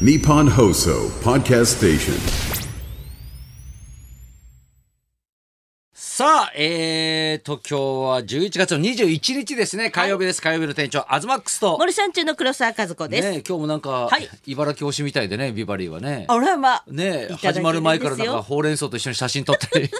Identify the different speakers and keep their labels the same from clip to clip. Speaker 1: Nippon Hoso Podcast Station.
Speaker 2: さあ、えーと、今日は11月の21日ですね。火曜日です。火曜日の店長、アズマックスと。
Speaker 3: 森さん中の黒沢和子です。
Speaker 2: ねえ、今日もなんか、
Speaker 3: はい
Speaker 2: 茨城推しみたいでね、ビバリーはね。
Speaker 3: あらま。
Speaker 2: ねえ、
Speaker 3: い
Speaker 2: 始
Speaker 3: ただいてるんですよ
Speaker 2: まる前からなんか、ほうれん草と一緒に写真撮った り、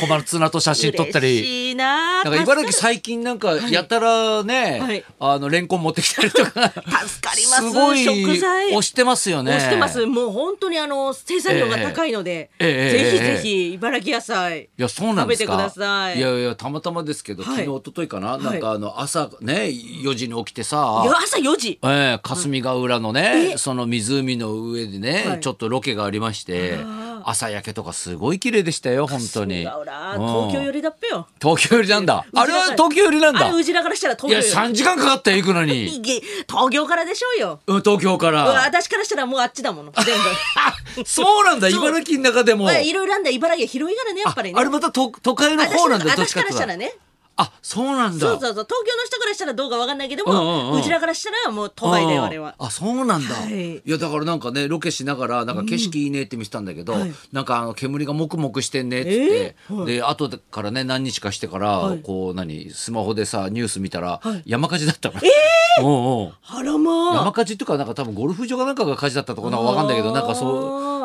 Speaker 2: 小松菜と写真撮った
Speaker 3: 嬉
Speaker 2: り。
Speaker 3: しいなあ。
Speaker 2: なんか茨城
Speaker 3: 助か
Speaker 2: 最近なんかやたらね、
Speaker 3: はい
Speaker 2: あのレンコン持ってきたりとか
Speaker 3: 助かります
Speaker 2: ごい
Speaker 3: 食材
Speaker 2: 押してますよね
Speaker 3: 押してます。もう本当にあの生産量が高いので、
Speaker 2: ええええ
Speaker 3: ぜひ
Speaker 2: ええ
Speaker 3: ぜひ茨城野菜。
Speaker 2: いやそうなんですか
Speaker 3: 食べてください
Speaker 2: やいやたまたまですけど、
Speaker 3: はい
Speaker 2: 昨日一昨日かな、
Speaker 3: い
Speaker 2: なんかあの朝ね4時に起きてさ
Speaker 3: いや朝4時。
Speaker 2: ええ、霞ヶ浦のね
Speaker 3: え
Speaker 2: その湖の上でね、
Speaker 3: はい
Speaker 2: ちょっとロケがありまして朝焼けとかすごい綺麗でしたよ本当に
Speaker 3: そうだら
Speaker 2: うん
Speaker 3: 東京寄りだっぺよ。
Speaker 2: 東京寄りなんだあれは
Speaker 3: うちらから
Speaker 2: 東京寄りなん
Speaker 3: あ
Speaker 2: だ
Speaker 3: れうちらからしたら
Speaker 2: い
Speaker 3: 東
Speaker 2: や
Speaker 3: 京よ
Speaker 2: 3時間かかったよ行くの
Speaker 3: り。
Speaker 2: に
Speaker 3: いげ東京からでしょうよ。
Speaker 2: うん東京か
Speaker 3: うわ
Speaker 2: ら
Speaker 3: 私からしたらもうあっちだもの。全
Speaker 2: あそうなんだ茨城の中でも
Speaker 3: 部。まあい
Speaker 2: あ
Speaker 3: ろいろなんだ茨城広いからねやっぱりね。
Speaker 2: あれまた都都会の
Speaker 3: 私
Speaker 2: 方なんだどっち
Speaker 3: 私
Speaker 2: かって
Speaker 3: から
Speaker 2: い
Speaker 3: し
Speaker 2: う
Speaker 3: た
Speaker 2: と
Speaker 3: らね。
Speaker 2: あそうなんだ
Speaker 3: そうそうそう東京の人からしたらどうかわかんないけど
Speaker 2: うんうんう
Speaker 3: も、
Speaker 2: ん
Speaker 3: うちらからしたらもう都会だよあれは。
Speaker 2: あそうなんだ、、
Speaker 3: はいい
Speaker 2: やだからなんかねロケしながらなんか景色いいねって見せたんだけど、
Speaker 3: はい
Speaker 2: なんかあの煙がもくもくしてんねっつって、で後からね何日かしてから、
Speaker 3: はい
Speaker 2: こう何スマホでさニュース見たら、山火事だったから、えおうおう
Speaker 3: あらまあ。
Speaker 2: 山火事っていうかなんか多分ゴルフ場かなんかが火事だったとかなんかわかんないけどなんかそ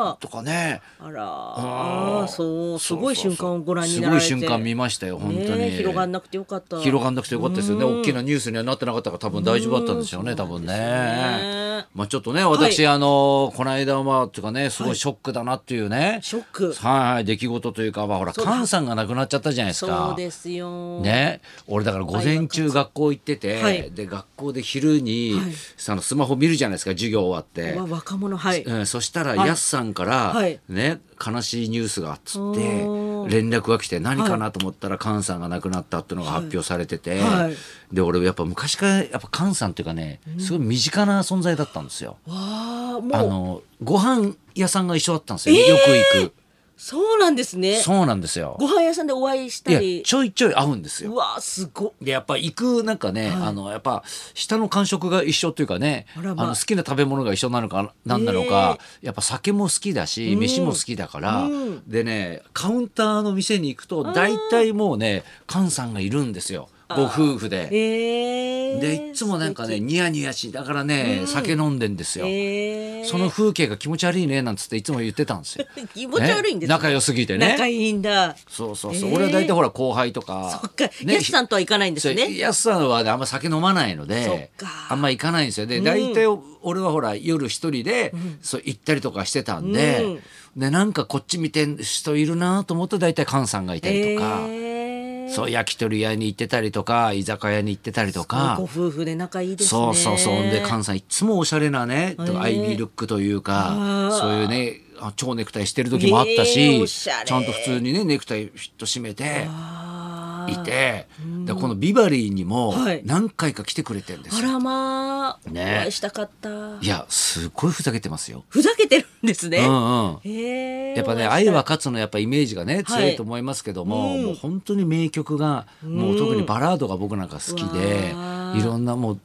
Speaker 2: う
Speaker 3: あ
Speaker 2: とかね
Speaker 3: あらあーそうすごい
Speaker 2: そうそう
Speaker 3: 瞬
Speaker 2: そう
Speaker 3: 間をご覧になられて
Speaker 2: すごい瞬間見ましたよ本当に、
Speaker 3: ねえ広がんなくてよかった
Speaker 2: 広がんなくてよかったですよね大きなニュースにはなってなかったから多分大丈夫だったんですよね多分ね
Speaker 3: ね
Speaker 2: まあちょっとね私、あのこの間はっていうかねすごいショックだなっていうね、
Speaker 3: ショッ
Speaker 2: は
Speaker 3: ク
Speaker 2: いはい出来事というかまあほら
Speaker 3: うだ
Speaker 2: 菅さんが亡くなっちゃったじゃないですか
Speaker 3: そうですよ、
Speaker 2: ね、俺だから午前中学校行ってて、
Speaker 3: はい
Speaker 2: で学校で昼に、
Speaker 3: はい
Speaker 2: そのスマホ見るじゃないですか授業終わって、
Speaker 3: わ若者はい
Speaker 2: うん、そしたら、
Speaker 3: はい
Speaker 2: やすさんから、
Speaker 3: はい
Speaker 2: ね、悲しいニュースがっつって
Speaker 3: おー
Speaker 2: 連絡が来て何かなと思ったら、菅さんが亡くなったっていうのが発表されてて、
Speaker 3: はい
Speaker 2: で俺やっぱ昔からやっぱ菅さんっていうかねすごい身近な存在だったんですよ。
Speaker 3: あー
Speaker 2: あ
Speaker 3: もう
Speaker 2: のご飯屋さんが一緒だったんですよ、よく行く
Speaker 3: そうなんですね
Speaker 2: そうなんですよ
Speaker 3: ご飯屋さんでお会いし
Speaker 2: い
Speaker 3: た
Speaker 2: や
Speaker 3: り
Speaker 2: ちょいちょい会うんですよ
Speaker 3: うわすごっ
Speaker 2: でやっぱ行くなんかね、あのやっぱ下の感触が一緒というかねあ
Speaker 3: あらまあ
Speaker 2: の好きな食べ物が一緒なのかなんなのか、やっぱ酒も好きだし、飯も好きだから、でねカウンターの店に行くと大体もうね菅さんがいるんですよご夫婦で。
Speaker 3: えー、
Speaker 2: でいつもなんかね
Speaker 3: 素
Speaker 2: ニヤニヤしながらね、酒飲んでんですよ。
Speaker 3: 敵えー、
Speaker 2: その風景が気持ち悪いねなんつっていつも言ってたんですよ。
Speaker 3: 気持ち悪いんで
Speaker 2: ね
Speaker 3: すね
Speaker 2: 仲良すぎてね。
Speaker 3: 仲いいんだ
Speaker 2: そうそうそう、
Speaker 3: えー
Speaker 2: 俺は大体ほら後輩とか
Speaker 3: そっかやすさんとは行かないんですね
Speaker 2: そうやすさんはねあんま酒飲まないので
Speaker 3: そっか
Speaker 2: あんま行かないんですよで大体俺はほら夜一人で、そう行ったりとかしてたんで、でなんかこっち見てる人いるなと思って大体菅さんがいたりとか、
Speaker 3: えー、
Speaker 2: そう焼き鳥屋に行ってたりとか居酒屋に行ってたりとか
Speaker 3: ご。夫婦で仲いいですね
Speaker 2: そうそうそうで菅さんいつもおしゃれなね、と
Speaker 3: ー
Speaker 2: アイビールックというか
Speaker 3: あー
Speaker 2: そういうねあ超ネクタイしてる時もあったし、
Speaker 3: えーおしゃれ
Speaker 2: ちゃんと普通にねネクタイフィット締めて
Speaker 3: あ
Speaker 2: いてでこのビバリーにも
Speaker 3: はい
Speaker 2: 何回か来てくれてんで
Speaker 3: ーあ
Speaker 2: すよ、
Speaker 3: らまあ、
Speaker 2: ね
Speaker 3: お会いしたかった
Speaker 2: い、やすごいふざけてますよ。
Speaker 3: ふざけてるんですね、
Speaker 2: うんうん
Speaker 3: へー
Speaker 2: やっぱね「
Speaker 3: お会い
Speaker 2: 愛
Speaker 3: した
Speaker 2: は勝つ」のやっぱイメージがね強いと思いますけども、もう本当に名曲がもう特にバラードが僕なんか好きで
Speaker 3: うわ
Speaker 2: いろんなもう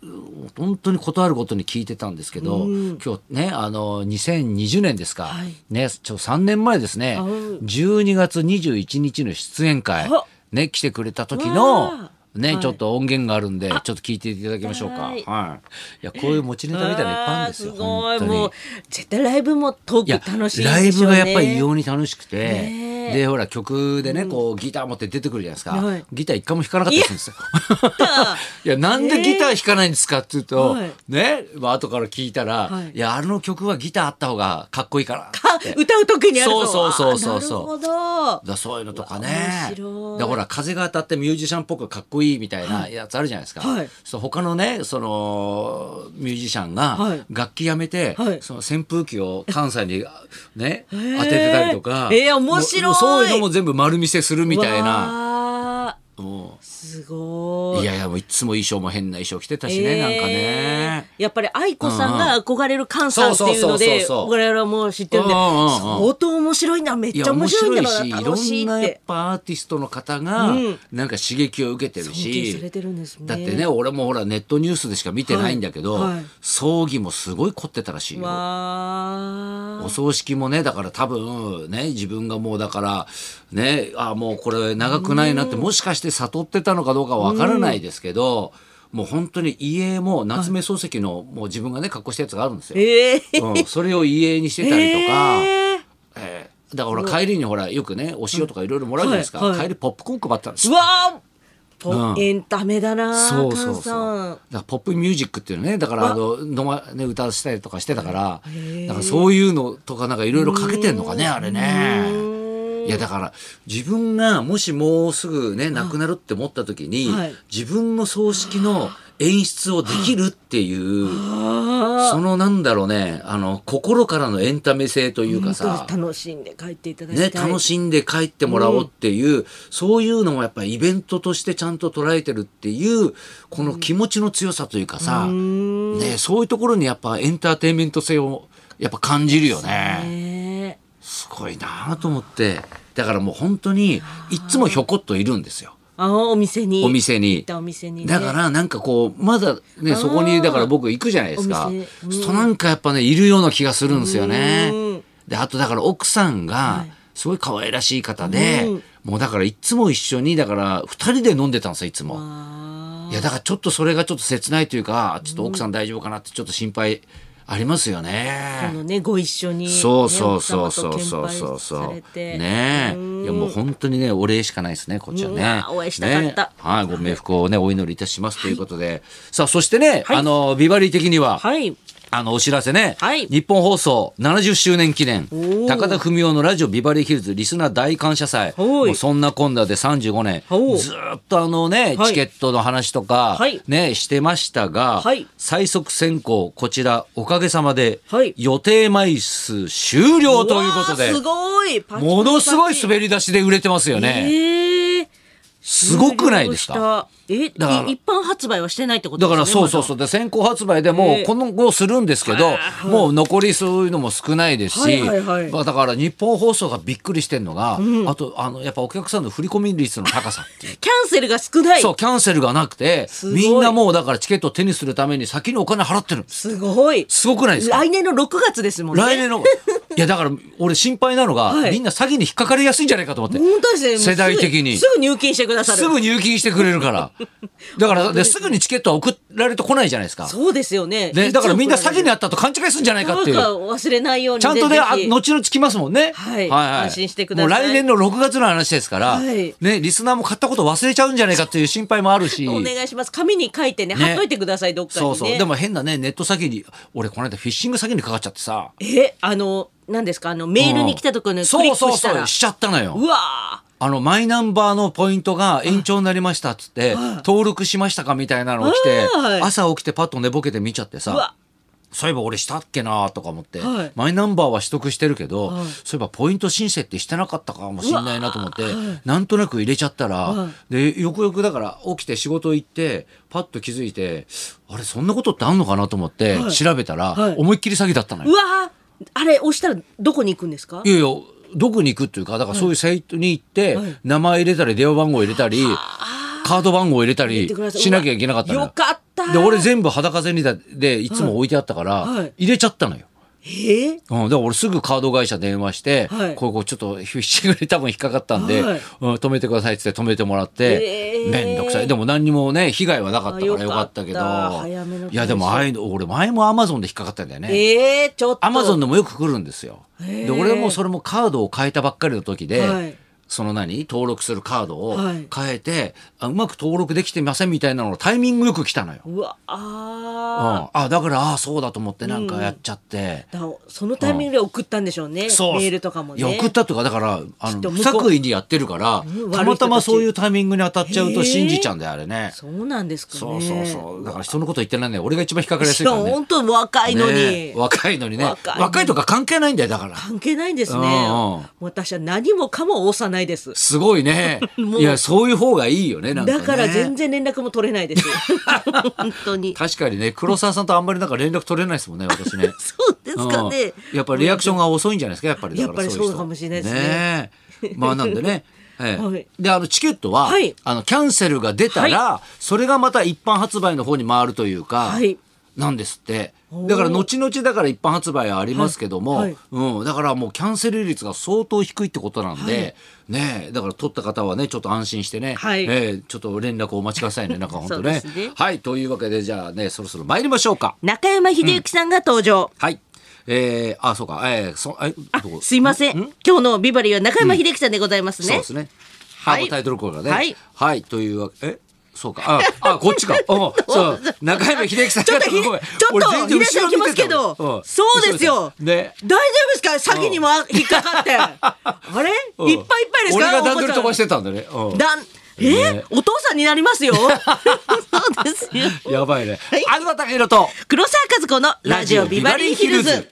Speaker 2: 本当に事あるごとに聞いてたんですけど今日ねあの2020年ですか、
Speaker 3: はい
Speaker 2: ねちょ3年前ですね
Speaker 3: あうん
Speaker 2: 12月21日の出演会
Speaker 3: あ
Speaker 2: ね来てくれた時
Speaker 3: う
Speaker 2: の
Speaker 3: わ。
Speaker 2: ね、
Speaker 3: はい
Speaker 2: ちょっと音源があるんで、ちょっと聞いていただきましょうか。は。
Speaker 3: はいい
Speaker 2: いや、こういう持ちネタみたいなのいっぱいあるんですよ。
Speaker 3: あーすご
Speaker 2: 本
Speaker 3: い
Speaker 2: 当に
Speaker 3: もう絶対ライブもトー
Speaker 2: いや
Speaker 3: ク楽しい
Speaker 2: ライ
Speaker 3: でし
Speaker 2: ブ
Speaker 3: ょう
Speaker 2: が
Speaker 3: ね
Speaker 2: やっぱり異様に楽しくて、
Speaker 3: ねえ
Speaker 2: でほら曲でね、こうギター持って出てくるじゃないですか、
Speaker 3: はい
Speaker 2: ギター一回も弾かなかったりするんですよ。 いやなんでギター弾かないんですかっていうと、
Speaker 3: はい
Speaker 2: ね、まあ後から聞いたら、
Speaker 3: はいい、
Speaker 2: やあの曲はギターあった方がかっこいいから
Speaker 3: あ 歌う時にあるの
Speaker 2: そうそうそうそう
Speaker 3: あなるほど
Speaker 2: だそういうのとかね
Speaker 3: 面白い
Speaker 2: だほら風が当たってミュージシャンっぽくかっこいいみたいなやつあるじゃないですか、
Speaker 3: はい
Speaker 2: そう他のねそのミュージシャンが
Speaker 3: はい
Speaker 2: 楽器やめて、
Speaker 3: はい
Speaker 2: その扇風機を関西にね当
Speaker 3: ー
Speaker 2: ててたりとか
Speaker 3: えー面白い
Speaker 2: もうそういうのも全部丸見せするみたいな
Speaker 3: な
Speaker 2: もう
Speaker 3: すごい
Speaker 2: いやいやもういつも衣装も変な衣装着てたしね、なんかね
Speaker 3: えーやっぱり愛子さんが憧れる菅さんっていうの
Speaker 2: そうそうそうそう
Speaker 3: で
Speaker 2: そう
Speaker 3: 我々はもう知ってるんで
Speaker 2: うんうんうんうん
Speaker 3: 相当面白いんだめっ
Speaker 2: い
Speaker 3: ちゃ
Speaker 2: や
Speaker 3: 面
Speaker 2: 面
Speaker 3: 白
Speaker 2: 白
Speaker 3: いん
Speaker 2: いし
Speaker 3: だろう
Speaker 2: い
Speaker 3: な
Speaker 2: ろ
Speaker 3: 楽しい
Speaker 2: ん
Speaker 3: っ
Speaker 2: なやってぱアーティストの方が
Speaker 3: うん
Speaker 2: なんか刺激を受けてる
Speaker 3: 尊敬
Speaker 2: し、
Speaker 3: されてるんですね
Speaker 2: だってね俺もほらネットニュースでしか見てないんだけど、
Speaker 3: はいはい
Speaker 2: 葬儀もすごい凝ってたらしいよ。
Speaker 3: わ
Speaker 2: お
Speaker 3: ー
Speaker 2: 葬式もねだから多分ね自分がもうだからねあもうこれ長くないなってもしかして悟ってたのかどうかわからないですけど、もう本当に家も夏目漱石のもう自分がね格好したやつがあるんですよ。
Speaker 3: ええ
Speaker 2: うん、それを家にしてたりとか。
Speaker 3: えー
Speaker 2: えーだからほら帰りにほらよくねお塩とかいろいろもらうじゃないですか、
Speaker 3: はいはい
Speaker 2: 帰りポップコーン配ってたんです
Speaker 3: う
Speaker 2: よ。
Speaker 3: わー
Speaker 2: う
Speaker 3: ポ
Speaker 2: ん
Speaker 3: エンタメだな
Speaker 2: そうそう
Speaker 3: 菅
Speaker 2: そう。だ
Speaker 3: さん
Speaker 2: からポップミュージックっていうのね、だからあの飲まね歌わせたりとかしてたから
Speaker 3: へ、え
Speaker 2: だからそういうのとかなんかいろいろかけてんのかねあれ
Speaker 3: う
Speaker 2: ね。
Speaker 3: ーん
Speaker 2: いやだから自分がもしもうすぐね亡くなるって思った時に、
Speaker 3: はい
Speaker 2: 自分の葬式の演出をできるっていう、
Speaker 3: あ
Speaker 2: そのなんだろうねあの心からのエンタメ性というか
Speaker 3: ー
Speaker 2: さ
Speaker 3: 本当に楽しんで帰っていただきた
Speaker 2: ね、
Speaker 3: い
Speaker 2: 楽しんで帰ってもらおうっていう、そういうのもやっぱりイベントとしてちゃんと捉えてるっていうこの気持ちの強さというかさ、ね、そういうところにやっぱエンターテインメント性をやっぱ感じるよね。
Speaker 3: ね
Speaker 2: すごいなと思ってだからもう本当にいつもひょこっといるんですよ
Speaker 3: あーお店に
Speaker 2: お店
Speaker 3: 行っ
Speaker 2: に。
Speaker 3: たお店にね
Speaker 2: だからなんかこうまだねそこにだから僕行くじゃないですか
Speaker 3: お店うん
Speaker 2: そうなんかやっぱねいるような気がするんですよね
Speaker 3: うん
Speaker 2: であとだから奥さんが
Speaker 3: い
Speaker 2: すごい可愛らしい方で、
Speaker 3: うん
Speaker 2: もうだからいつも一緒にだから二人で飲んでたんですよいつも
Speaker 3: あ
Speaker 2: いやだからちょっとそれがちょっと切ないというかちょっと奥さん大丈夫かなってちょっと心配ありますよ
Speaker 3: ー
Speaker 2: ね
Speaker 3: このねご一緒にね
Speaker 2: そうそうそうそうそ
Speaker 3: 奥様
Speaker 2: う
Speaker 3: と
Speaker 2: そうそ
Speaker 3: 献
Speaker 2: う
Speaker 3: 杯されて
Speaker 2: ね
Speaker 3: うん
Speaker 2: えいやもう本当にねお礼しかないですねこっちは
Speaker 3: う
Speaker 2: ね
Speaker 3: わお会いしたかった
Speaker 2: ねはいご冥福をねお祈りいたしますということで、さあそしてね、あのビバリー的には、
Speaker 3: はい
Speaker 2: あのお知らせね、
Speaker 3: はい
Speaker 2: 日本放送70周年記念
Speaker 3: おー
Speaker 2: 高田文夫のラジオビバリーヒルズリスナー大感謝祭
Speaker 3: おい
Speaker 2: もうそんなこんなで35年
Speaker 3: おう
Speaker 2: ずーっとあのね
Speaker 3: はい
Speaker 2: チケットの話とか、
Speaker 3: はい
Speaker 2: ねしてましたが、
Speaker 3: はい
Speaker 2: 最速選考こちらおかげさまで
Speaker 3: はい
Speaker 2: 予定枚数終了ということで
Speaker 3: わーすごいパチパチパチ
Speaker 2: ものすごい滑り出しで売れてますよね。
Speaker 3: えー
Speaker 2: すごくないですか
Speaker 3: 終了したえ
Speaker 2: だから
Speaker 3: い一般発売はしてないってこと
Speaker 2: だ
Speaker 3: です
Speaker 2: か
Speaker 3: ね
Speaker 2: らそうそうそうで先行発売でも
Speaker 3: ええ
Speaker 2: うこの後するんですけど、もう残りそういうのも少ないですし、
Speaker 3: はいはいはい
Speaker 2: まあだから日本放送がびっくりしてるのが、あとあのやっぱお客さんの振り込み率の高さっていう。
Speaker 3: キャンセルが少ない
Speaker 2: そうキャンセルがなくて
Speaker 3: すごい
Speaker 2: みんなもうだからチケットを手にするために先にお金払ってる
Speaker 3: すごい
Speaker 2: すごくないですか
Speaker 3: 来年の6月ですもんね
Speaker 2: 来年のいやだから俺心配なのが、
Speaker 3: はい
Speaker 2: みんな詐欺に引っかかりやすいんじゃないかと思って
Speaker 3: 本当ですねもうすぐ
Speaker 2: 世代的に
Speaker 3: すぐ入金してくださる
Speaker 2: すぐ入金してくれるから だからですぐにチケットは送られてこないじゃないですか
Speaker 3: そうですよね
Speaker 2: ね、だからみんな詐欺に
Speaker 3: な
Speaker 2: あったと勘違いするんじゃないかってい
Speaker 3: なんか
Speaker 2: う。
Speaker 3: 忘れないように
Speaker 2: ちゃんとね、
Speaker 3: ぜ
Speaker 2: あ
Speaker 3: ひ
Speaker 2: 後々来ますもんね。
Speaker 3: はい安心してください
Speaker 2: もう来年の6月の話ですから、
Speaker 3: はい
Speaker 2: ね、リスナーも買ったこと忘れちゃうんじゃないかっていう心配もあるし。
Speaker 3: お願いします紙に書いてね
Speaker 2: ね
Speaker 3: 貼っといてくださいどっかにね
Speaker 2: そうそう。でも変なね、ネット詐欺に、俺この間フィッシング詐欺にかかっちゃってさ。
Speaker 3: えあの何ですかあのメールに来たところにクリック
Speaker 2: そう
Speaker 3: し
Speaker 2: そう
Speaker 3: た
Speaker 2: そ
Speaker 3: ら
Speaker 2: う、しちゃったのよ。
Speaker 3: うわ
Speaker 2: あの、マイナンバーのポイントが延長になりましたっつって、登録しましたかみたいなのを来て
Speaker 3: はい、
Speaker 2: 朝起きてパッと寝ぼけて見ちゃって
Speaker 3: ー
Speaker 2: さ。
Speaker 3: うわ
Speaker 2: そういえば俺したっけなとか思って、
Speaker 3: はい
Speaker 2: マイナンバーは取得してるけど、そういえばポイント申請ってしてなかったかもしれないなと思って、なんとなく入れちゃったら、でよくよくだから起きて仕事行ってパッと気づいてあれそんなことってあんのかなと思って調べたら、
Speaker 3: はい
Speaker 2: 思いっきり詐欺だったのよ。
Speaker 3: うわあれ押したらどこに行くんですか
Speaker 2: いやいやどこに行くっていうかだからそういうサイトに行って、名前入れたり電話番号入れたり、カード番号入れた
Speaker 3: 入れ
Speaker 2: り
Speaker 3: てください
Speaker 2: しなきゃいけなかったの
Speaker 3: よかった
Speaker 2: で俺全部裸ゼニダでいつも置いてあったから、
Speaker 3: はい
Speaker 2: 入れちゃったのよ。
Speaker 3: ええ
Speaker 2: うん、だから俺すぐカード会社電話して、
Speaker 3: はい
Speaker 2: こうこうちょっとフィッシングで多分引っかかったんで、
Speaker 3: はい
Speaker 2: うん止めてくださいって言って止めてもらって、
Speaker 3: えー
Speaker 2: めんどくさいでも何にもね被害はなかったからよ
Speaker 3: あよ
Speaker 2: か
Speaker 3: か
Speaker 2: っ
Speaker 3: った
Speaker 2: たけど
Speaker 3: 早めの対処
Speaker 2: いやでもああいうの俺前もアマゾンで引っかかったんだよね。
Speaker 3: ええちょっと
Speaker 2: アマゾンでもよく来るんですよ。
Speaker 3: へー
Speaker 2: で俺もそれもカードを変えたばっかりの時で、
Speaker 3: はい
Speaker 2: その何登録するカードを
Speaker 3: はい
Speaker 2: 変えて、あうまく登録できてませんみたいなのタイミングよく来たのよ。
Speaker 3: うわ
Speaker 2: うん
Speaker 3: あ、
Speaker 2: あだからああそうだと思ってなんかやっちゃって。
Speaker 3: ーだそのタイミングで送ったんでしょうね、
Speaker 2: そう
Speaker 3: メールとかもね
Speaker 2: いや送ったというかだからあ
Speaker 3: きっ
Speaker 2: の
Speaker 3: と
Speaker 2: 不
Speaker 3: 向こう
Speaker 2: 作為にやってるから
Speaker 3: うん
Speaker 2: たまたまそういうタイミングに当たっちゃうと信じちゃうんだよあれね。
Speaker 3: そうなんですかね
Speaker 2: そうそうそうだから人のこと言ってないね俺が一番引っかかりやすいからね。
Speaker 3: 本当若いのに、
Speaker 2: ね若いのにね
Speaker 3: 若いのに
Speaker 2: 若いとか関係ないんだよだから。
Speaker 3: 関係ないんですね、
Speaker 2: うんうん
Speaker 3: もう私は何もかも幼いないです。
Speaker 2: すごいね
Speaker 3: もう
Speaker 2: いやそういう方がいいよねなんかね
Speaker 3: だから全然連絡も取れな いです。本当に。
Speaker 2: 確かにね黒沢さんとあんまりなんか連絡取れないですもんね私ね
Speaker 3: そうですかね。
Speaker 2: うんやっぱリアクションが遅いんじゃないですかやっぱりだら
Speaker 3: やっぱり
Speaker 2: い人
Speaker 3: そうかもしれないですね
Speaker 2: えまあなんで ねええ
Speaker 3: はい
Speaker 2: であのチケットは、
Speaker 3: はい
Speaker 2: あのキャンセルが出たら、それがまた一般発売の方に回るというか、
Speaker 3: はい
Speaker 2: なんですって
Speaker 3: おー
Speaker 2: だから後々だから一般発売はありますけども、
Speaker 3: はいはい
Speaker 2: うん、だからもうキャンセル率が相当低いってことなんで、ねえだから取った方はねちょっと安心してね、
Speaker 3: はい
Speaker 2: ええちょっと連絡をお待ちくださいねなんか本当
Speaker 3: そうですね
Speaker 2: はいというわけでじゃあねそろそろ参りましょうか。
Speaker 3: 中山秀幸さんが登場。
Speaker 2: はい。えー、あ、そうか。えー、そ、え、どこ
Speaker 3: すいません。今日のビバリーは中山秀樹さんでございます
Speaker 2: そう
Speaker 3: ね
Speaker 2: で。すね。
Speaker 3: は
Speaker 2: はいい。タイトルコールがね。
Speaker 3: はい
Speaker 2: はい。というわけ、えそうか。あ、あ、こっ ちか。おそう。中山秀樹さん
Speaker 3: ちょっ
Speaker 2: が
Speaker 3: とひ、ちょ
Speaker 2: ご
Speaker 3: っ
Speaker 2: めん俺
Speaker 3: と、
Speaker 2: 全然
Speaker 3: 秀樹さん
Speaker 2: 後
Speaker 3: 来
Speaker 2: ろ
Speaker 3: ま
Speaker 2: 見
Speaker 3: す
Speaker 2: て
Speaker 3: け
Speaker 2: た
Speaker 3: ど
Speaker 2: わ、ん
Speaker 3: そうですよ。
Speaker 2: ね。
Speaker 3: 大丈夫ですか詐欺にもあ引っか かって。あれいっぱ
Speaker 2: うん
Speaker 3: いいっぱいです
Speaker 2: 俺
Speaker 3: か。
Speaker 2: が段取り飛ばしててたんだね。うん
Speaker 3: だん、え
Speaker 2: ね
Speaker 3: お父さんになります よ。そうですよ。
Speaker 2: やばいね
Speaker 3: い。
Speaker 2: 東隆弘と。
Speaker 3: 黒沢和子のラジオビバリーヒルズ。